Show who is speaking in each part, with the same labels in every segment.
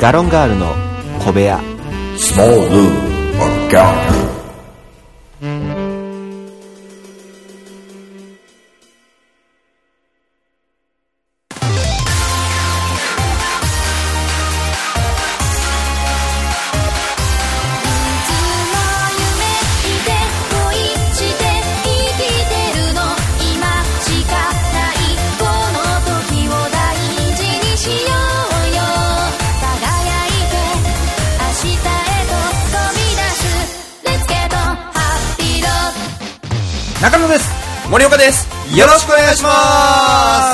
Speaker 1: ガロンガールの小部屋
Speaker 2: Small Room or Dark Room.
Speaker 3: いつも夢見て恋して生きてるの今しかないこの時を大事にしようよ輝いて明日へと飛び出す Let's get on happy road
Speaker 4: 中野です
Speaker 5: 森岡ですよろしくお願いしま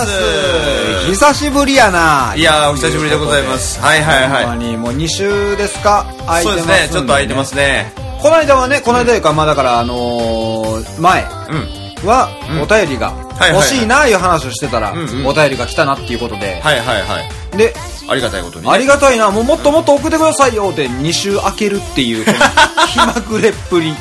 Speaker 5: す
Speaker 4: 久しぶりやない
Speaker 5: いやーお久しぶりでございますはいはい
Speaker 4: ほ
Speaker 5: は
Speaker 4: んまにもう2週ですか空
Speaker 5: い
Speaker 4: い
Speaker 5: そ
Speaker 4: て
Speaker 5: う
Speaker 4: ま
Speaker 5: ですす
Speaker 4: んで
Speaker 5: ねちょっと空いてますね
Speaker 4: この間はねこの間というかまあだからあのー前
Speaker 5: うん
Speaker 4: は
Speaker 5: うん
Speaker 4: お便りが
Speaker 5: いはい
Speaker 4: 欲しいなあいう話をしてたら
Speaker 5: うんうん
Speaker 4: お便りが来たなっていうことで
Speaker 5: はいはいはい
Speaker 4: で
Speaker 5: ありがたいことにね
Speaker 4: ありがたいなもうもっともっと送ってくださいよで2週開けるっていうこの 気まぐれっぷり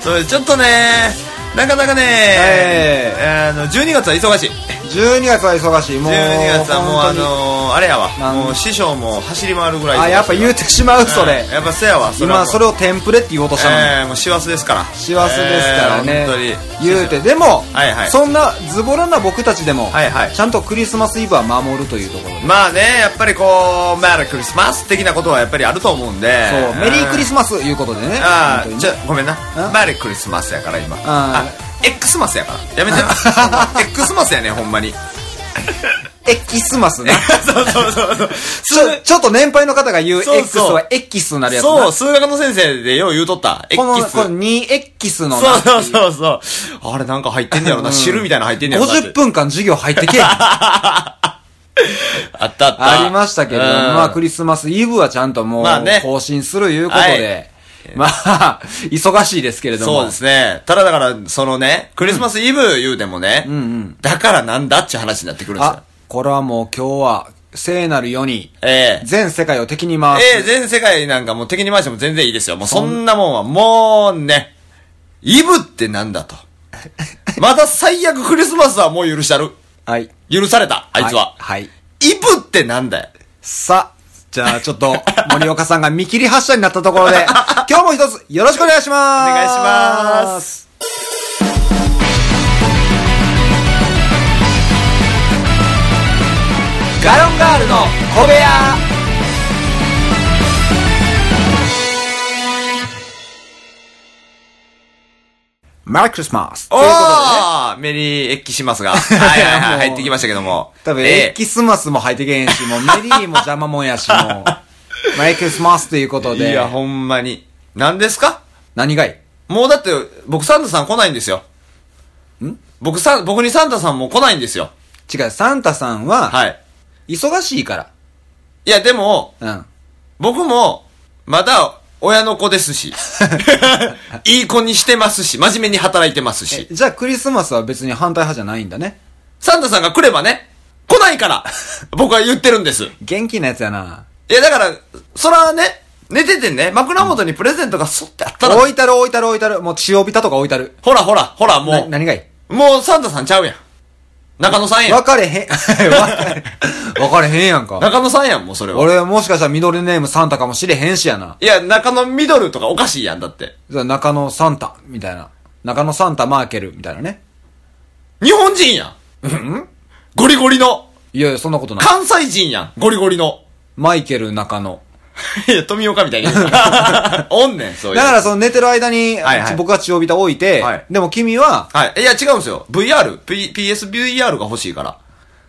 Speaker 5: そうですちょっとねなかなかね
Speaker 4: え
Speaker 5: あの12月は忙しい
Speaker 4: 12月は忙しいも
Speaker 5: 12
Speaker 4: う
Speaker 5: 月はもうあ
Speaker 4: 本当に
Speaker 5: のーあれやわ
Speaker 4: なん
Speaker 5: もう師匠も走り回るぐらい
Speaker 4: あやっぱ言うてしまうそれ
Speaker 5: うんやっぱせやわそれは
Speaker 4: 今
Speaker 5: もう
Speaker 4: それをテンプレって言おうとしたのに
Speaker 5: えーもう師走ですから
Speaker 4: 師走ですからね、
Speaker 5: えー本当に
Speaker 4: 言うてでも、
Speaker 5: はいはい
Speaker 4: そんなズボラな僕たちでも、
Speaker 5: はいはい
Speaker 4: ちゃんとクリスマスイブは守るというところで、
Speaker 5: まあねやっぱりこうメリークリスマス的なことはやっぱりあると思うんで
Speaker 4: そうメリークリ
Speaker 5: ス
Speaker 4: スマスいうことでね
Speaker 5: あ
Speaker 4: 本当
Speaker 5: あ
Speaker 4: に
Speaker 5: ち
Speaker 4: ね
Speaker 5: ょごめんな
Speaker 4: あ
Speaker 5: メリークリスマスやから今
Speaker 4: あ
Speaker 5: あ X マスやから やめて X マスやねほんまに
Speaker 4: エキスマスね
Speaker 5: そうそうそうそう
Speaker 4: ちょちょっと年配の方が言う
Speaker 5: そうそう
Speaker 4: X はエキスになるやつな
Speaker 5: そう数学の先生でよう言うとった
Speaker 4: この
Speaker 5: X
Speaker 4: この 2X の
Speaker 5: そう
Speaker 4: な
Speaker 5: そうそうそうあれなんか入ってんねやろな汁みたいなの入ってんねやろなって
Speaker 4: 50分間授業入ってけえへんあ
Speaker 5: あったあった
Speaker 4: りましたけれども、
Speaker 5: うん
Speaker 4: まあクリスマスイブはちゃんともう、
Speaker 5: まあね
Speaker 4: 更新するいうことで、まあ、 忙しいですけれども。
Speaker 5: そうですね。ただだから、そのね、クリスマスイブ言うてもね、だからなんだって話になってくるんですよ
Speaker 4: あ。、これはもう今日は、聖なる世に、
Speaker 5: ええ
Speaker 4: 全世界を敵に回す。
Speaker 5: ええ全世界なんかもう敵に回しても全然いいですよ。もうそんなもんは、もうね、イブってなん だと。また最悪クリスマスはもう許したる。
Speaker 4: はい。
Speaker 5: 許された、あいつは。
Speaker 4: はい。はい
Speaker 5: イブってなんだよ。
Speaker 4: さあ、じゃあちょっと、森岡さんが見切り発車になったところ で、今日も一つよろしくお願いします。。
Speaker 5: お願いします
Speaker 4: ガロンガールの小部屋マリークリスマスと
Speaker 5: お
Speaker 4: いうことでね。
Speaker 5: ーメリーエッキしま すが。はいはいはい、
Speaker 4: もう
Speaker 5: 入ってきましたけども。
Speaker 4: 多分、
Speaker 5: ええ
Speaker 4: エキスマスも入ってけへんし、もうメリーも邪魔もんやし、も う、マイクリスマスということ
Speaker 5: い
Speaker 4: で、
Speaker 5: や、ほんまに。何ですか
Speaker 4: 何がい
Speaker 5: もうだって、僕サンタさん来ないんですよ。ん僕さん、僕にサンタさんも来ないんですよ。
Speaker 4: 違う、サンタさんは、
Speaker 5: はい。
Speaker 4: 忙しいか
Speaker 5: いや、でも、
Speaker 4: ら。うん。
Speaker 5: 僕も、まだ、親の子で すし、いい子にしてますし、真面目に働いてま
Speaker 4: え
Speaker 5: すし、
Speaker 4: じゃあクリスマスは別に反対派じゃないんだね。
Speaker 5: サンタさんが来ればね、来な いから、僕は言ってるんです。い
Speaker 4: 元気なやつやな。
Speaker 5: や、だから、そらね、寝ててね、枕元にプレゼントがそってあったら、
Speaker 4: 置いたる置いたる置いたる。もう血をびたとか置いたる。
Speaker 5: ほらほら、ほら、も
Speaker 4: な
Speaker 5: う、
Speaker 4: 何がい
Speaker 5: もうサンタさんちゃうやん。中野さんや
Speaker 4: 分
Speaker 5: ん。
Speaker 4: かれ へん。分かれへんやんか。
Speaker 5: 中野さんやん、もうそれは。
Speaker 4: 俺もしかしたらミドルネームサンタかもしれへんしやな。
Speaker 5: いや、中野ミドルとかおかしいやん、だって。
Speaker 4: じゃあ中野サンタ、みたいな。中野サンタマーケル、みたいなね。
Speaker 5: 日本人やん。ゴリゴリの。
Speaker 4: いやいや、そんなことない。
Speaker 5: 関西人やん。ゴリゴリの。
Speaker 4: マイケル中野。
Speaker 5: いや、富岡みたい に言うな。おんねん、そういう。
Speaker 4: だからその寝てる間に、
Speaker 5: はいはい
Speaker 4: 僕は血をびた置いて、
Speaker 5: はい
Speaker 4: でも君は、
Speaker 5: はい。いや、違うんですよ。VR、P、PSVR が欲しいか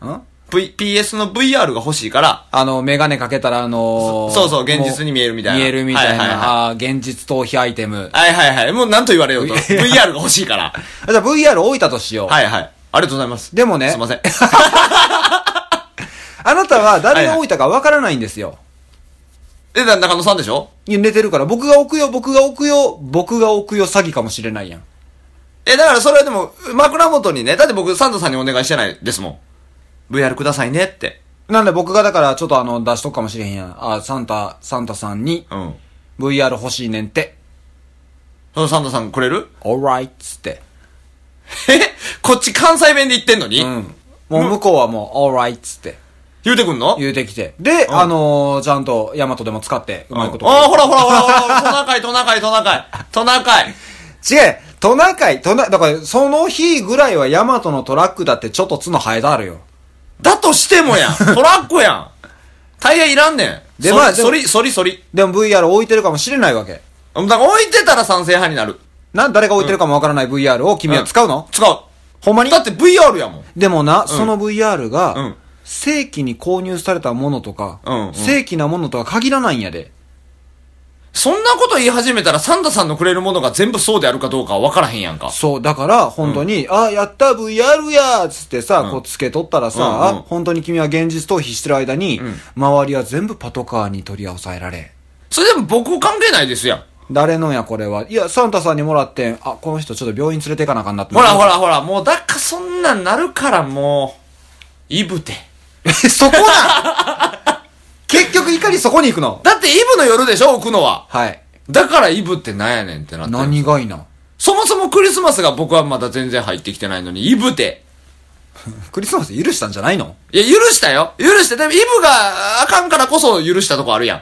Speaker 5: ら。
Speaker 4: ん
Speaker 5: v、PS の VR が欲しいから。
Speaker 4: あの、メガネかけたら、あのー
Speaker 5: そそうそう現実に見えるみたいな
Speaker 4: 見えるみたいな、
Speaker 5: はいはいはい
Speaker 4: あー現実逃避アイテム。
Speaker 5: はいはいはい。もう何と言われようと。VR が欲しいから。
Speaker 4: あじゃあ VR 置いたとしよう。
Speaker 5: はいはい。ありがとうございます。
Speaker 4: でもね
Speaker 5: すいません。
Speaker 4: あなたは誰が置いたかわからないんですよ。
Speaker 5: で、だ中野さんでしょ
Speaker 4: いや寝てるから、僕が置くよ、僕が置くよ、僕が置くよ詐欺かもしれないやん。
Speaker 5: え、だからそれはでも、枕元にね、だって僕、サンタさんにお願いしてないですもん。VR くださいねって。
Speaker 4: なんで僕がだから、ちょっとあの、出しとくかもしれへんやん。あー、サンタ、サンタさんに、
Speaker 5: うん。
Speaker 4: VR 欲しいねんって、
Speaker 5: そのサンタさんくれる
Speaker 4: alright つって。
Speaker 5: えこっち関西弁で言ってんのに、
Speaker 4: うん。もう向こうはもう、alright つって。
Speaker 5: 言うてくんの
Speaker 4: 言うてきて。で、
Speaker 5: ん
Speaker 4: あのー、ちゃんと、ヤマトでも使って、うまいこと。
Speaker 5: ああ、ほらほらほらほら、トナカイ、トナカイ、トナカイ、トナカ
Speaker 4: 違
Speaker 5: イ。
Speaker 4: うトナカイ、トナ、だから、その日ぐらいはヤマトのトラックだってちょっと角生えたあるよ。
Speaker 5: だとしても やん。トラックやん。タイヤいらんねん。
Speaker 4: で
Speaker 5: で、
Speaker 4: ま
Speaker 5: ま
Speaker 4: あ
Speaker 5: あ、
Speaker 4: でも
Speaker 5: そり、そり、そり。
Speaker 4: でも VR 置いてるかもしれないわけ。
Speaker 5: だから置いてたら賛成派になる。
Speaker 4: なん、誰が置いてるかもわからない VR を君は使うの、
Speaker 5: 使う。ほんまにだって VR やもん。
Speaker 4: でもな、その VR が、
Speaker 5: うん
Speaker 4: 正規に購入されたものとか、
Speaker 5: うんうん
Speaker 4: 正規なものとは限らないんやで。
Speaker 5: そんなこと言い始めたらサンタさんのくれるものが全部そうであるかどうかは分からへんやんか。
Speaker 4: そう、だから、本当に、あ、やった VR やーっつってさ、こう、つけとったらさ、
Speaker 5: うんうん
Speaker 4: 本当に君は現実逃避してる間に、
Speaker 5: ん
Speaker 4: 周りは全部パトカーに取り押さえられ。
Speaker 5: それでも僕関係ないですやん。
Speaker 4: 誰のやこれは。いや、サンタさんにもらってん。あ、この人ちょっと病院連れていかなあかんなって。
Speaker 5: ほらほら。ほら、もうだっかそんなんなるからもう、イブて。
Speaker 4: え、 そこだ結局怒りそこに行くの。
Speaker 5: だってイブの夜でしょ、置くのは。
Speaker 4: はい。
Speaker 5: だからイブってなんやねんってなってる。
Speaker 4: 何がいいな。
Speaker 5: そもそもクリスマスが僕はまだ全然入ってきてないのに、イブて。
Speaker 4: クリスマス許したんじゃないの
Speaker 5: いや、許したよ。許して。でもイブがあかんからこそ許したとこあるやん。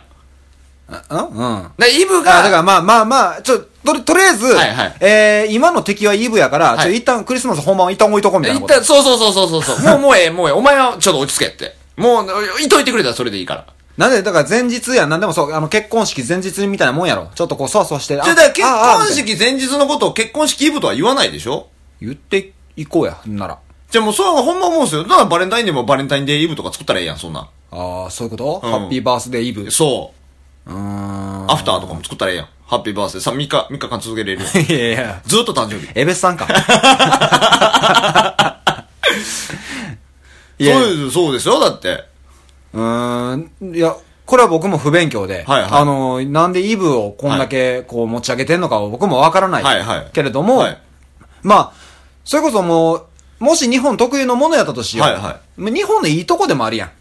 Speaker 4: あうんうん。
Speaker 5: でイブ
Speaker 4: あだ
Speaker 5: が、
Speaker 4: からまあまあまあ、ちょ、とり、とりあえず、
Speaker 5: はいはい
Speaker 4: えー、今の敵はイブやから、
Speaker 5: はい
Speaker 4: ちょ、一旦クリスマス本番は一旦置いとこうみたいな
Speaker 5: 一
Speaker 4: こと。
Speaker 5: 旦、そうそうそうそうそうそう。 もう、もうええ、もうええ。お前はちょっと落ち着けって。もう、いといてくれたらそれでいいから。
Speaker 4: なんで、だから前日やん、なんでもそう、あの、結婚式前日みたいなもんやろ。ちょっとこう、そわそわして、あ
Speaker 5: じゃあ、だから
Speaker 4: ああみ
Speaker 5: 結
Speaker 4: たい
Speaker 5: 婚
Speaker 4: な
Speaker 5: 式前日のことを結婚式イブとは言わないでしょ
Speaker 4: 言っていこうや、なら。
Speaker 5: じゃあもうそれはほんま思うんですよ。だからバレンタインでもバレンタインデーイブとか作ったらええやん、そんなん。
Speaker 4: ああ、そういうこと、
Speaker 5: うん
Speaker 4: ハッピーバースデーイブ。う
Speaker 5: そう。
Speaker 4: ーん。
Speaker 5: アフターとかも作ったらええやん。ハッピーバースデー。さ、3日、3日間続けれ るやん。
Speaker 4: いやいや。
Speaker 5: ずっと誕生日。
Speaker 4: エベスさんか。 いや
Speaker 5: そうです、そうですよ、だって。
Speaker 4: うーん、いや、これは僕も不勉強で、
Speaker 5: はいはい
Speaker 4: あの、なんでイブをこんだけこう持ち上げてんのかは僕もわからない、
Speaker 5: はいはい
Speaker 4: けれども、
Speaker 5: はい
Speaker 4: まあ、それこそもう、もし日本特有のものやったとしよう。
Speaker 5: はいは
Speaker 4: まあ日本のいいとこでもあるやん。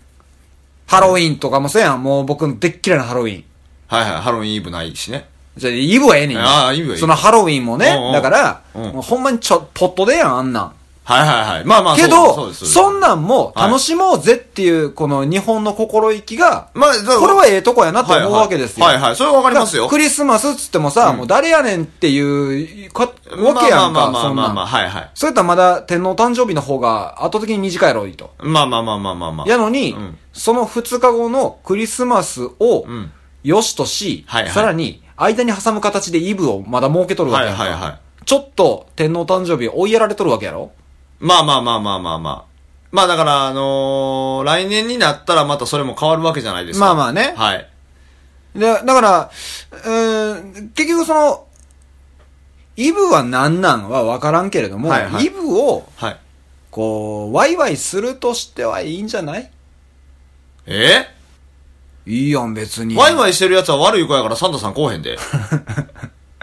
Speaker 4: ハロウィンとかもそうやん。もう僕のでっきらなハロウィン。
Speaker 5: はいはい、ハロウィンイブないしね。
Speaker 4: じゃあ、イブはええねん。
Speaker 5: ああイブはいい
Speaker 4: そのハロウィンもね。
Speaker 5: うんうん
Speaker 4: だから、
Speaker 5: うん
Speaker 4: もうほんまにちょ、ポットでやん、あんなん。
Speaker 5: はいはいはい。まあまあ、
Speaker 4: け
Speaker 5: そう
Speaker 4: ど、
Speaker 5: で
Speaker 4: そ
Speaker 5: すそうです
Speaker 4: んなんも楽しもうぜっていう、この日本の心意気が、
Speaker 5: まあだから
Speaker 4: これはええとこやなと思うわけですよ。
Speaker 5: はいはいはいはいそれはわかりますよ
Speaker 4: クリスマスっつってもさ、もう誰やねんっていうか、わけやん
Speaker 5: まあ
Speaker 4: か、
Speaker 5: まあまあ
Speaker 4: そん
Speaker 5: まあまあま
Speaker 4: な
Speaker 5: あ、
Speaker 4: ん。
Speaker 5: はいはい。
Speaker 4: そういったらまだ天皇誕生日の方が圧倒的に短いやろいと。
Speaker 5: まあまあまあまあまあまあ。
Speaker 4: やのに、
Speaker 5: うん
Speaker 4: その2日後のクリスマスを
Speaker 5: ん、
Speaker 4: よしとし、
Speaker 5: はいはい
Speaker 4: さらに、間に挟む形でイブをまだ設けとるわけやんか。
Speaker 5: はいはいは
Speaker 4: ちょっと天皇誕生日追いやられとるわけやろ
Speaker 5: まあまあまあまあまあまあ。まあだから、あのー来年になったらまたそれも変わるわけじゃないですか。
Speaker 4: まあまあね
Speaker 5: はい。
Speaker 4: で、だから、うーん、結局その、イブは何なんは分からんけれども、
Speaker 5: はいはい
Speaker 4: イブを、
Speaker 5: はい。
Speaker 4: こう、ワイワイするとしてはいいんじゃない
Speaker 5: え
Speaker 4: いいやん、別に。
Speaker 5: ワイワイしてる奴は悪い子やからサンタさん来おへ んで。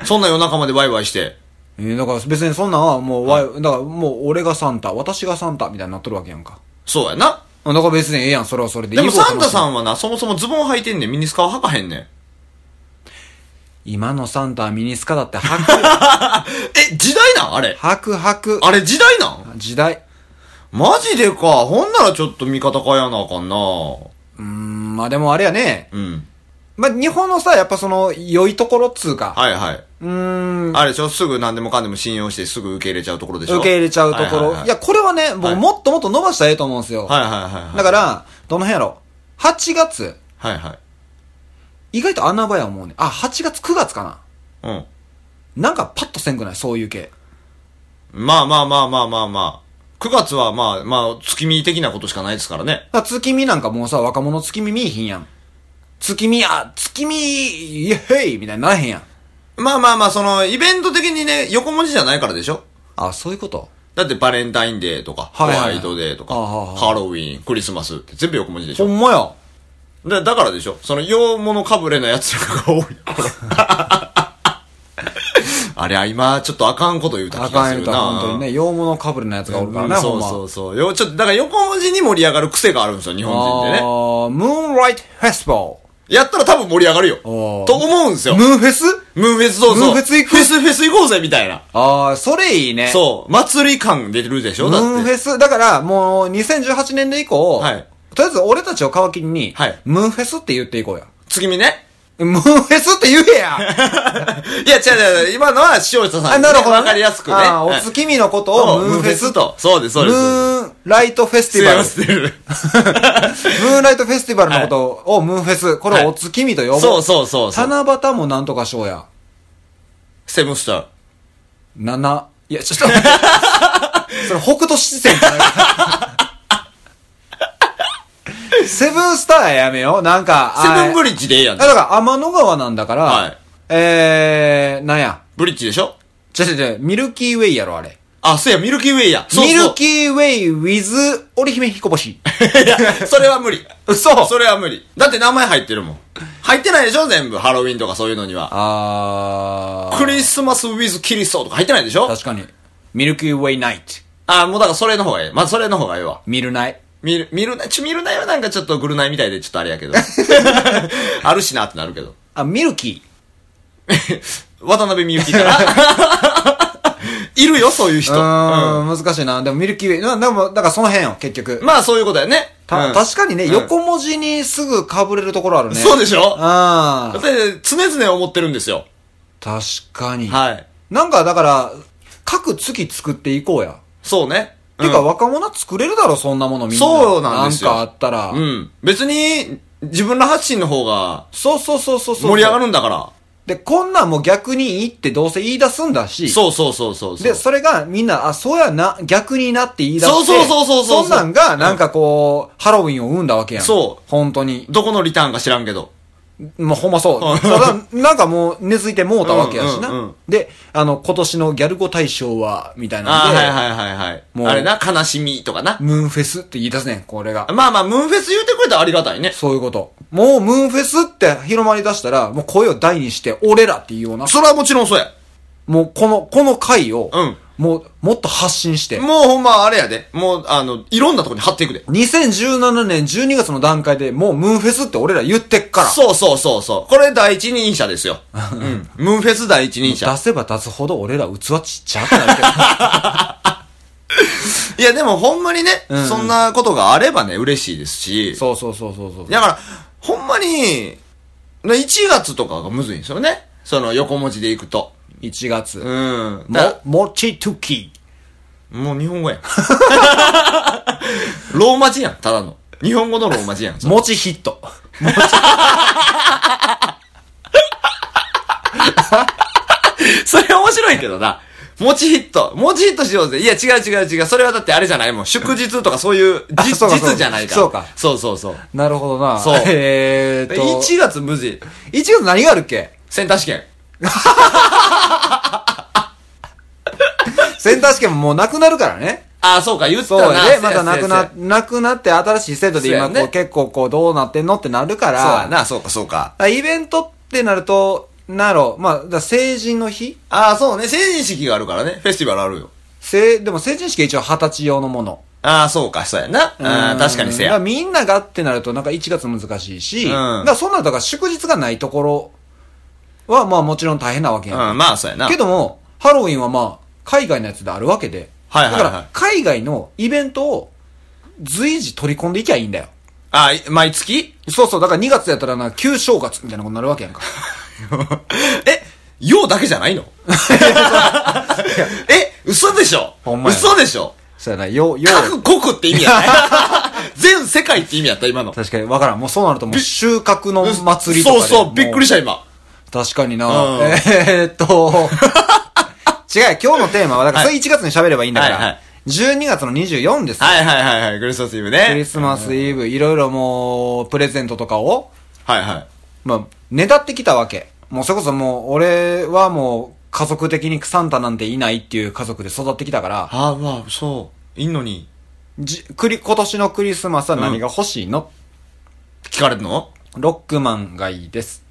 Speaker 5: そんな夜中までワイワイして。
Speaker 4: えーだから別にそんなんはもう、ワイ、だからもう俺がサンタ、私がサンタみたいになっとるわけやんか。
Speaker 5: そうやな。
Speaker 4: だから別にええやん、それはそれで。
Speaker 5: でも
Speaker 4: イブを楽
Speaker 5: サ
Speaker 4: し
Speaker 5: ン
Speaker 4: む
Speaker 5: タさんはな、そもそもズボン履いてんねん。ミニスカは履かへんねん。
Speaker 4: 今のサンタはミニスカだって履
Speaker 5: え、時代なんあれ
Speaker 4: く、。履く、履く。
Speaker 5: あれ時代なん
Speaker 4: 時代。
Speaker 5: マジでか。ほんならちょっと見方変えやなあかんな。
Speaker 4: うーん、まあでもあれやね。
Speaker 5: うん。
Speaker 4: まあ日本のさ、やっぱその、良いところっつうか。
Speaker 5: はいはい。
Speaker 4: うーん、
Speaker 5: あれでしょすぐ何でもかんでも信用してすぐ受け入れちゃうところでしょ
Speaker 4: 受け入れちゃうところ。い
Speaker 5: はいはいはい
Speaker 4: や、これはね、
Speaker 5: は
Speaker 4: 僕
Speaker 5: い
Speaker 4: もっともっと伸ばしたらええと思うんですよ。
Speaker 5: はいはいはいはい。
Speaker 4: だから、どの辺やろ。8月、
Speaker 5: はいはい。
Speaker 4: 意外と穴場や思うね。あ、8月、9月かな。
Speaker 5: うん。
Speaker 4: なんかパッとせんくないそういう系。
Speaker 5: まあまあまあまあまあまあ。9月はまあまあ、月見的なことしかないですからね。
Speaker 4: だから月見なんかもうさ、若者月見見いひんやん。月見、あ、月見、イエヘイみたいにならへんやん。
Speaker 5: まあまあまあ、その、イベント的にね、横文字じゃないからでしょ
Speaker 4: あ、そういうこと
Speaker 5: だってバレンタインデーとか、ホ
Speaker 4: はいはい
Speaker 5: ワイトデーとか、
Speaker 4: ああああ
Speaker 5: ハロウィン、クリスマスって全部横文字でし
Speaker 4: ほ
Speaker 5: ょ
Speaker 4: んまや。
Speaker 5: だだからでしょその、洋物かぶれのやつらが多い。 あれは今、ちょっとあかんこと言うた
Speaker 4: あ
Speaker 5: 気が
Speaker 4: か
Speaker 5: す
Speaker 4: ん
Speaker 5: る
Speaker 4: よ
Speaker 5: な。
Speaker 4: とは本当にね、洋物かぶれのやつがおるからね、
Speaker 5: う
Speaker 4: ほ
Speaker 5: んそ
Speaker 4: ん
Speaker 5: う
Speaker 4: ま。
Speaker 5: そうそう。よ、ちょっと、だから横文字に盛り上がる癖があるんですよ、日
Speaker 4: あ
Speaker 5: 本人ってね。
Speaker 4: ームーンライトフェスティバ
Speaker 5: やったら多分盛り上がるよ。と
Speaker 4: おー
Speaker 5: 思うんですよ。
Speaker 4: ル。
Speaker 5: ム
Speaker 4: ムーンフェス
Speaker 5: ーンフェスどうぞ。
Speaker 4: ムーンフェス行く
Speaker 5: フェスフェス行こうぜ、みたいな。
Speaker 4: ああ、それいいね。
Speaker 5: そう。祭り感出てるでしょ
Speaker 4: ム
Speaker 5: だって。
Speaker 4: ーンフェス、だからもう2018年で以降、
Speaker 5: はい
Speaker 4: とりあえず俺たちを皮切りに、
Speaker 5: はい
Speaker 4: ムーンフェスって言っていこうや。
Speaker 5: 次見ね。
Speaker 4: ムーンフェスって言え や
Speaker 5: いや、違う違う、今のは塩下さんですね、
Speaker 4: あ、なるほど、ね。
Speaker 5: わかりやすくね。
Speaker 4: あーお
Speaker 5: はい
Speaker 4: 月見のこと
Speaker 5: そ
Speaker 4: を
Speaker 5: う
Speaker 4: ムーンフェスと。
Speaker 5: そうです、そうです。
Speaker 4: ムーンライトフェスティバル。
Speaker 5: すいません
Speaker 4: ムーンライトフェスティバルのことをムーンフェス。これをお月見と呼ぼう。
Speaker 5: そうそうそうそう。
Speaker 4: 七夕もなんとかしようや。
Speaker 5: セブンスター。
Speaker 4: 七。いや、ちょっと待って。 それ北斗七星じゃない。セブンスターやめよう。なんか、
Speaker 5: セブンブ
Speaker 4: リ
Speaker 5: リッジでええやん
Speaker 4: だ。から天の川なんだから、
Speaker 5: はい
Speaker 4: えー、なんや。
Speaker 5: ブリッジでしょ
Speaker 4: ちょちょちょ、ミルキーウェイやろ、あれ。
Speaker 5: あ、そうや、ミルキーウェイや。そうそう
Speaker 4: ミルキーウェイ with 織姫彦星。
Speaker 5: いや、それは無理。
Speaker 4: 嘘
Speaker 5: それは無理。だって名前入ってるもん。入ってないでしょ全部。ハロウィンとかそういうのには。
Speaker 4: あー。
Speaker 5: クリスマスウィズキリストとか入ってないでしょ
Speaker 4: 確かに。ミルキーウェイナイト。
Speaker 5: あ、もうだからそれの方がええ。まずそれの方がええわ。
Speaker 4: ミルナイ。
Speaker 5: 見る、見るな、ちょ、見るなよなんかちょっとぐるないみたいでちょっとあれ やけど。あるしなってなるけど。
Speaker 4: あ、ミルキ
Speaker 5: 渡辺美幸から いるよ、そういう
Speaker 4: ー。
Speaker 5: 人。
Speaker 4: うー
Speaker 5: うん
Speaker 4: ん、難しいな。でもミルキーウェイ。なでも、だからその辺よ、結局。
Speaker 5: まあそういうことやね。
Speaker 4: た
Speaker 5: うん
Speaker 4: 確かにね、
Speaker 5: うん
Speaker 4: 横文字にすぐ被れるところあるね。
Speaker 5: そうでしょ
Speaker 4: ああ。
Speaker 5: で常々思ってるんですよ。
Speaker 4: 確かに。
Speaker 5: はい。
Speaker 4: なんかだから、各月作っていこうや。
Speaker 5: そうね。
Speaker 4: てか
Speaker 5: うん
Speaker 4: 若者作れるだろ、そんなものみんな。
Speaker 5: そうなんですよ
Speaker 4: なんかあったら。
Speaker 5: うん。別に、自分の発信の方が
Speaker 4: そうそうそうそうそう。
Speaker 5: 盛り上がるんだから。
Speaker 4: で、こんなんもう逆にいいってどうせ言い出すんだし。
Speaker 5: そうそうそうそう。
Speaker 4: で、それがみんな、あ、そうやな、逆になって言い出して。
Speaker 5: そうそうそうそうそ
Speaker 4: そ
Speaker 5: う
Speaker 4: んなんが、なんかこう、ハロウィンを生んだわけやん。。
Speaker 5: そう
Speaker 4: 本当に。
Speaker 5: どこのリターンか知らんけど。
Speaker 4: まあ、ほんまそう。
Speaker 5: うん
Speaker 4: ただ、なんかもう根付いてもうたわけやし
Speaker 5: うんうんう。
Speaker 4: なんで、あの、今年のギャル語大賞は、みたい
Speaker 5: あ
Speaker 4: なん
Speaker 5: あ、
Speaker 4: で、
Speaker 5: はいはいはいはい。
Speaker 4: もう
Speaker 5: あれな、悲しみとかな。
Speaker 4: ムーンフェスって言い出すねん、これが。
Speaker 5: まあまあ、ムーンフェス言うてくれたらありがたいね。
Speaker 4: そういうこと。もうムーンフェスって広まり出したら、もう声を大にして、俺らっていうような。
Speaker 5: それはもちろんそうや。
Speaker 4: もうこの、この回を、
Speaker 5: うん
Speaker 4: もう、もっと発信して。
Speaker 5: もうほんまあれやで。もう、あの、いろんなとこに貼っていくで。
Speaker 4: 2017年12月の段階でもうムーンフェスって俺ら言ってっから。
Speaker 5: そうそうそうそう。これ第一人者です よ。うん。ムーンフェス第一人者
Speaker 4: 出。せば出すほど俺ら器ちっちゃくなるけ ど。
Speaker 5: いや、でもほんまにね、
Speaker 4: うん
Speaker 5: そんなことがあればね、嬉しいですし。
Speaker 4: そうそうそうそうそう。
Speaker 5: だから、ほんまに、な1月とかがむずいんですよね。その横文字でいくと。
Speaker 4: 1月。
Speaker 5: うん。
Speaker 4: も
Speaker 5: だ、
Speaker 4: もちとき。
Speaker 5: もう日本語 やん。ローマ字やん、ただの。日本語のローマ字やん。それ
Speaker 4: もちヒット。
Speaker 5: それ面白いけどな。もちヒット。もちヒットしようぜ。いや、違う違う違う。それはだってあれじゃないもん。祝日とかそういう、
Speaker 4: あ
Speaker 5: じ
Speaker 4: そうかそうか
Speaker 5: 実じゃないから。
Speaker 4: そうか
Speaker 5: そうそうそう。
Speaker 4: なるほどな。
Speaker 5: そう
Speaker 4: えーっと。
Speaker 5: 1月無事。
Speaker 4: 1月何があるっけ
Speaker 5: センター試験。
Speaker 4: センター試験ももうなくなるからね。
Speaker 5: ああ、そうか、言った
Speaker 4: そう
Speaker 5: な。
Speaker 4: やで、またなく
Speaker 5: せや
Speaker 4: な、なくなって新しい制度で今
Speaker 5: そう
Speaker 4: こう
Speaker 5: やね
Speaker 4: 結構こうどうなってんのってなるか
Speaker 5: せ
Speaker 4: ら。
Speaker 5: やそうやな、そうか、そうか。
Speaker 4: イベントってなると、なろう。まあ、だから成人の日
Speaker 5: ああ、そうね。成人式があるからね。フェスティバルあるよ。
Speaker 4: せ、でも成人式は一応二十歳用のもの。
Speaker 5: ああ、そうか、そうやな。あ
Speaker 4: うん
Speaker 5: ー確かにせ
Speaker 4: だら
Speaker 5: や。
Speaker 4: みんながってなると、なんか1月難しいし、
Speaker 5: うん
Speaker 4: だからそんなのだから祝日がないところは、まあもちろん大変なわけ
Speaker 5: う
Speaker 4: や
Speaker 5: ん、
Speaker 4: ん。
Speaker 5: まあ、そうやな。
Speaker 4: けども、ハロウィンはまあ、海外のやつであるわけで。
Speaker 5: はいはいはい
Speaker 4: だから、海外のイベントを随時取り込んでいきゃいいんだよ。
Speaker 5: あーい毎月
Speaker 4: そうそう、だから2月やったらな、旧正月みたいなことになるわけやんか。
Speaker 5: え、ようだけじゃないの え、嘘でしょ
Speaker 4: ほんまや
Speaker 5: 嘘でしょ
Speaker 4: そうやな、よう、よう。
Speaker 5: 各国って意味やない 全世界って意味やった、今の。
Speaker 4: 確かに、わからん。もうそうなるともう収穫の 祭りとか
Speaker 5: そ
Speaker 4: で
Speaker 5: うそう、びっくりした、今。
Speaker 4: 確かにな、
Speaker 5: うん
Speaker 4: えーっ と、違うよ、今日のテーマは、だから、そ
Speaker 5: は
Speaker 4: れ
Speaker 5: い
Speaker 4: 1月に喋ればいいんだから、
Speaker 5: はいはい
Speaker 4: 12月の24ですよ、
Speaker 5: はいはいはいはい、クリスマスイブ
Speaker 4: クリ
Speaker 5: ね。
Speaker 4: スマスイブ、いろいろもう、プレゼントとかを、
Speaker 5: はいはい。
Speaker 4: まあ、ねだってきたわけ。もう、それこそもう、俺はもう、家族的にサンタなんていないっていう家族で育ってきたから、
Speaker 5: ああ、まあ、そう。いんのに、
Speaker 4: じクリ今年のクリスマスは何が欲しいの、
Speaker 5: 聞かれるの
Speaker 4: ロックマンがいいです。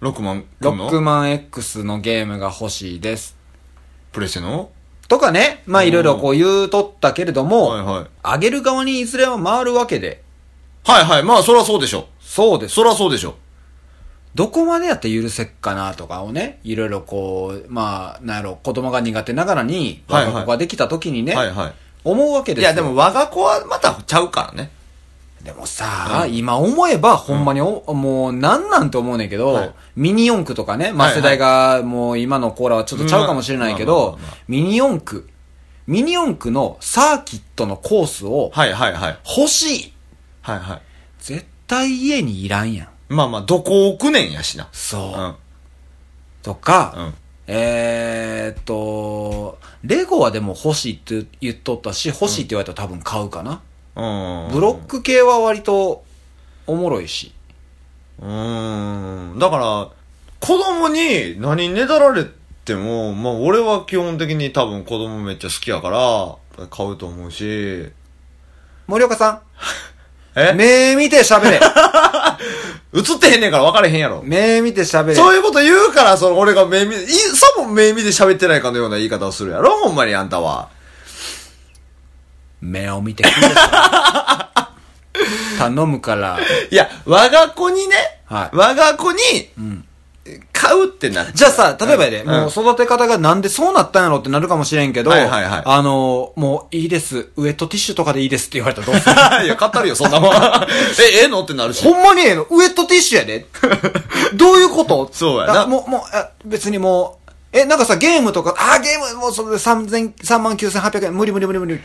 Speaker 5: ?6 万
Speaker 4: ロ
Speaker 5: 来んの
Speaker 4: ックマン X のゲームが欲しいです。
Speaker 5: プレステの
Speaker 4: とかね、まあいろいろこう言うとったけれども、
Speaker 5: はいはい
Speaker 4: あげる側にいずれは回るわけで、
Speaker 5: はいはい、まあ、そらそうでしょ。
Speaker 4: そうです。
Speaker 5: そらそうでしょ。
Speaker 4: どこまでやって許せっかなとかをね、いろいろこう、まあ、なんやろ、子供が苦手ながらに、
Speaker 5: はいはい
Speaker 4: 我が子ができた時にね、
Speaker 5: はいはい。
Speaker 4: 思うわけです
Speaker 5: い
Speaker 4: よ
Speaker 5: や、でも、我が子はまたちゃうからね。
Speaker 4: でもさ、今思えばほんまにお、もうなんなんと思うねんけど、
Speaker 5: はい
Speaker 4: ミニ四駆とかね、まあ、
Speaker 5: は
Speaker 4: 世
Speaker 5: いは
Speaker 4: 代
Speaker 5: い
Speaker 4: がもう今のコーラはちょっとちゃうかもしれないけ
Speaker 5: まあまあ
Speaker 4: ど
Speaker 5: まあまあ、
Speaker 4: ミニ四駆、ミニ四駆のサーキットのコースを
Speaker 5: はいはいはい。
Speaker 4: 欲しい
Speaker 5: はいはい。
Speaker 4: 絶対家にいらんやん。
Speaker 5: まあまあ、どこ置くねんやしな。
Speaker 4: そう。
Speaker 5: うん。
Speaker 4: とか、
Speaker 5: うん
Speaker 4: えーっと、レゴはでも欲しいって言っとったし、欲しいって言われたら多分買うかな。
Speaker 5: うん。
Speaker 4: ブロック系は割とおもろいし。
Speaker 5: うーん。だから、子供に何ねだられても、まあ俺は基本的に多分子供めっちゃ好きやから、買うと思うし、
Speaker 4: 森岡さ
Speaker 5: え
Speaker 4: ん、目見て喋れ。
Speaker 5: 映ってへんねんから分かれへんやろ。
Speaker 4: 目見て喋れ。
Speaker 5: そういうこと言うから、その俺が目見、い、さも目見で喋ってないかのような言い方をするやろほんまにあんたは。
Speaker 4: 目を見てくれさ 頼むから。
Speaker 5: いや、我が子にね、
Speaker 4: はい
Speaker 5: 我が子に、買うってなっちゃう
Speaker 4: じゃあさ、例えばやで、
Speaker 5: ん
Speaker 4: もう育て方がなんでそうなったんやろってなるかもしれんけど、
Speaker 5: はいはいはい
Speaker 4: あの、もういいです。ウエットティッシュとかでいいですって言われたらどうする
Speaker 5: いや、買ったるよ、そんなもん。 え、ええのってなるし。
Speaker 4: ほんまにええのウエットティッシュや で。どういうこと
Speaker 5: そうやな
Speaker 4: あもう、もうあ、別にもう、え、なんかさ、ゲームとか、あー、ゲーム、もうそれで3000 39,800円、無理無理無理無理。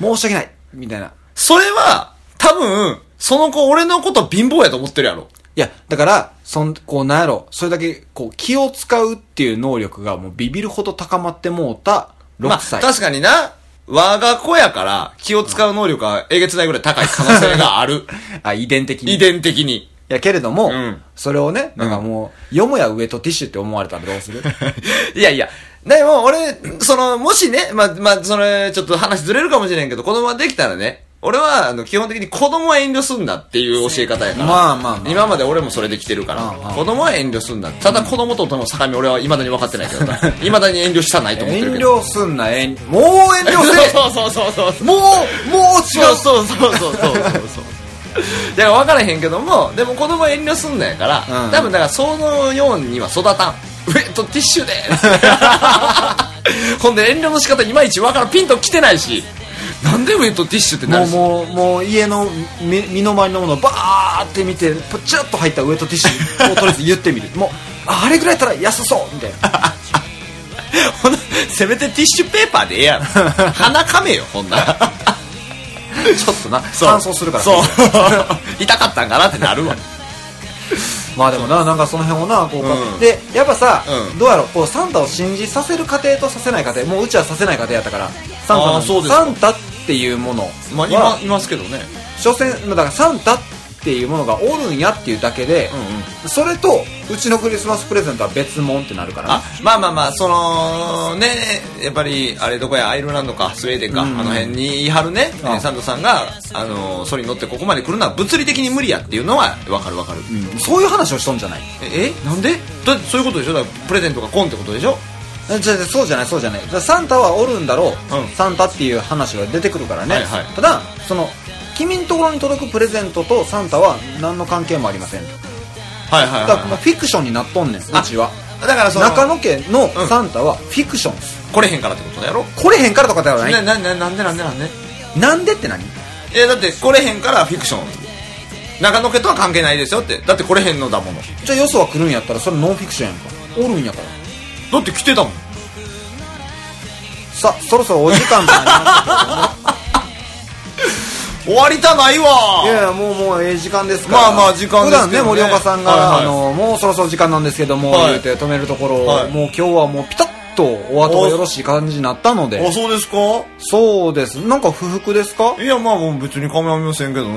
Speaker 4: 申し訳ない。みたいな。
Speaker 5: それは、多分、その子、俺のこと貧乏やと思ってるやろ。
Speaker 4: いや、だから、そん、こう、なんやろ、それだけ、こう、気を使うっていう能力が、もう、ビビるほど高まってもうた、6歳。
Speaker 5: まあ、確かにな、我が子やから、気を使う能力はえげつないぐらい高い可能性があ る。
Speaker 4: あ、遺伝的に。
Speaker 5: 遺伝的に。
Speaker 4: や、けれども、
Speaker 5: ん
Speaker 4: それをね、なんかもう、よもや上とティッシュって思われたらどうする
Speaker 5: いやいや。でも、俺、その、もしね、まあ、まあ、それ、ちょっと話ずれるかもしれんけど、子供ができたらね、俺は、あの、基本的に子供は遠慮すんなっていう教え方やから。
Speaker 4: まあまあまあ
Speaker 5: 今まで俺もそれできてるから。
Speaker 4: うんうん
Speaker 5: 子供は遠慮すんな。ただ子供と大人の境目俺は未だに分かってないけ どな、未だに遠慮したないと思って
Speaker 4: 遠
Speaker 5: るけど。
Speaker 4: 慮すんな、遠もう遠慮せ
Speaker 5: そうそうそうそうそう。
Speaker 4: えもう、もう違う
Speaker 5: そうそうそうそうそうそう。だから分からへんけども、でも子供は遠慮すんのやから、
Speaker 4: うん
Speaker 5: 多分だからそのようには育たん。ウェットティッシュで ほんで遠慮の仕方いまいち分からん。ピンと来てないし。なんでウェットティッシュってなるし。
Speaker 4: もう、もう、もう、家の、み身の回りのものをバーって見て、ぽちらっと入った上とティッシュをとりあえず言ってみる。もう、ああれぐらいやったら安そうみたいな。
Speaker 5: ほんなせめてティッシュペーパーでええ やろ。鼻かめよ、ほんなら。
Speaker 4: ちょっとな、
Speaker 5: そう
Speaker 4: 乾燥するから。
Speaker 5: そう。痛かったんかなってなるわ。
Speaker 4: まあでもな、なんかその辺をな、こう、
Speaker 5: うん
Speaker 4: で、やっぱさ、
Speaker 5: うん
Speaker 4: どうやろう、こう、サンタを信じさせる過程とさせない過程、もううちはさせない過程やったから、サンタな
Speaker 5: あーそうです
Speaker 4: サ
Speaker 5: か
Speaker 4: ンタっていうものは、
Speaker 5: まあ今、いますけどね。
Speaker 4: 所詮、まあだからサンタっていうものがおるんやっていうだけで、
Speaker 5: うんうん。
Speaker 4: それと、うちのクリスマスプレゼントは別物ってなるから
Speaker 5: あ、まあまあまあ、その、ね、やっぱり、あれどこや、アイルランドか、スウェーデンか、
Speaker 4: うん
Speaker 5: あの辺にいはるね、
Speaker 4: あ
Speaker 5: えーサンドさんが、あのーそれに乗ってここまで来るのは物理的に無理やっていうのは、わかるわかる。
Speaker 4: うんそういう話をしとんじゃない
Speaker 5: え、えなんでだってそういうことでしょだからプレゼントがコンってことでしょ
Speaker 4: えじゃあそうじゃないそうじゃないだからサンタはおるんだろう、
Speaker 5: うん
Speaker 4: サンタっていう話が出てくるからね、
Speaker 5: はいはい
Speaker 4: ただその君のところに届くプレゼントとサンタは何の関係もありませんと
Speaker 5: はいはい
Speaker 4: だからまあフィクションになっとんねんう
Speaker 5: あ
Speaker 4: ちは
Speaker 5: だからその、
Speaker 4: 中野家の
Speaker 5: うん
Speaker 4: サンタはフィクションです、
Speaker 5: 来れへんからってことだやろ
Speaker 4: 来れへんからとかではない、
Speaker 5: な、な、ななんでなんでなんで
Speaker 4: なんでって何
Speaker 5: え、だって来れへんからフィクション。中野家とは関係ないですよって。だって来れへんのだもの。
Speaker 4: じゃあよそは来るんやったらそれノンフィクションやんかおるんやから
Speaker 5: だって来てたもん。
Speaker 4: さあそろそろお時間だな
Speaker 5: 終わりたないわ
Speaker 4: いやいやもうもうええ時間ですから
Speaker 5: まあまあ時間ですけどね
Speaker 4: 普段ね森岡さんが、
Speaker 5: はいはい
Speaker 4: あのもうそろそろ時間なんですけども、
Speaker 5: はい
Speaker 4: 言うて止めるところ、
Speaker 5: はい
Speaker 4: もう今日はもうピタッとお後がよろしい感じになったので
Speaker 5: あ、そうですか
Speaker 4: そうですなんか不服ですか
Speaker 5: いや、まあもう別に構いませんけどね。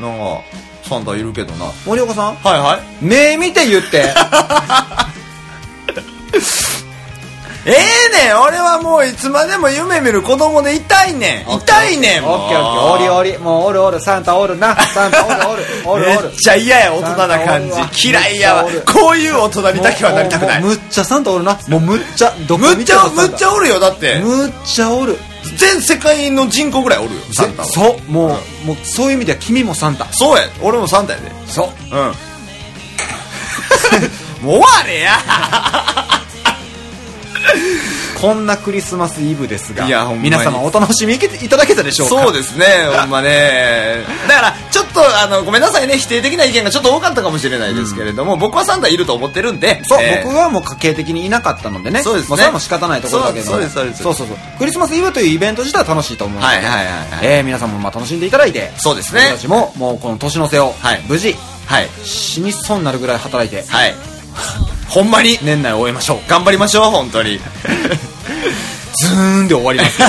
Speaker 5: なんか、サンタいるけどな。はい
Speaker 4: 森岡さん
Speaker 5: は い。
Speaker 4: 目見て言って
Speaker 5: ええねん俺はもういつまでも夢見る子供でいたいねんいたいねん
Speaker 4: オッケーオッケーおりお
Speaker 5: り
Speaker 4: りもうおるおるサンタおるなサンタおるおるおるおる
Speaker 5: めっちゃ嫌や、大人な
Speaker 4: サ
Speaker 5: 感
Speaker 4: ンタおるわ
Speaker 5: じ。嫌いやわ
Speaker 4: めっちゃおる。
Speaker 5: こういう大人にだけはなりたくない。
Speaker 4: も
Speaker 5: む
Speaker 4: うもうむっちゃサンタおるなもうむっちゃどこ
Speaker 5: っ
Speaker 4: 見
Speaker 5: ち
Speaker 4: ても
Speaker 5: ゃ、
Speaker 4: サン
Speaker 5: むっ
Speaker 4: タ
Speaker 5: ちゃおるよ。だって、
Speaker 4: むっちゃおる
Speaker 5: 全世界の人口ぐらいおるよ、サンタは。
Speaker 4: そうもう,、もうそういう意味では君もサンタ
Speaker 5: そうや。俺もサンタやで。
Speaker 4: そう
Speaker 5: うん。 もう終われや
Speaker 4: こんなクリスマスイブですが
Speaker 5: いやほんまに
Speaker 4: 皆様お楽しみいただけたでしょうか
Speaker 5: そうですね、 ほんまね。だから、ちょっと、あの、ごめんなさいね、否定的な意見がちょっと多かったかもしれないですけれども、僕はサンタいると思ってるんで、
Speaker 4: そう、
Speaker 5: えー
Speaker 4: 僕はもう家系的にいなかったのでね。
Speaker 5: そうですね
Speaker 4: まあ、それはもう仕方ないところだけど。
Speaker 5: そうですそうです
Speaker 4: そ
Speaker 5: そうう
Speaker 4: そ
Speaker 5: です
Speaker 4: うそうクリスマスイブというイベント自体は楽しいと思うので。
Speaker 5: はいはいはいはい
Speaker 4: えー皆さんもまあ楽しんでいただいて。
Speaker 5: そうですね
Speaker 4: 僕たちももうこの年の瀬を、
Speaker 5: はい
Speaker 4: 無事、
Speaker 5: はい。
Speaker 4: 死にそうになるぐらい働いて、
Speaker 5: はい。ほんまに、
Speaker 4: 年内を終えましょう。
Speaker 5: 頑張りましょう、本当 に。
Speaker 4: ズーンで終わりますけ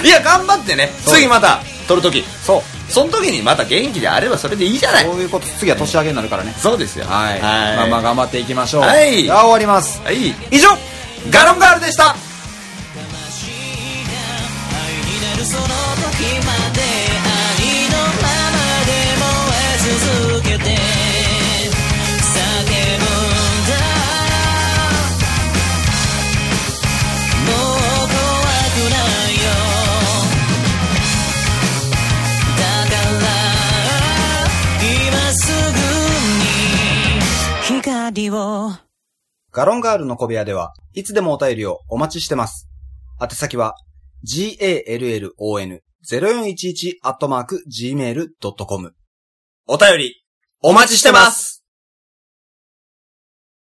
Speaker 4: ど。
Speaker 5: いや、頑張ってね、
Speaker 4: う
Speaker 5: 次また、撮るとき。
Speaker 4: そう。
Speaker 5: その時にまた元気であればそれでいいじゃない
Speaker 4: こ。ういうこと、次は年明けになるからね。
Speaker 5: そうですよ。
Speaker 4: はい。まあまあ頑張っていきましょう。
Speaker 5: はい
Speaker 4: では終わります。
Speaker 5: はい。
Speaker 4: 以上ガロンガールでした
Speaker 6: 光を
Speaker 4: ガロンガールの小部屋では、いつでもお便りをお待ちしてます。宛先は、gallon0411-gmail.com。
Speaker 5: お便り、お待ちしてます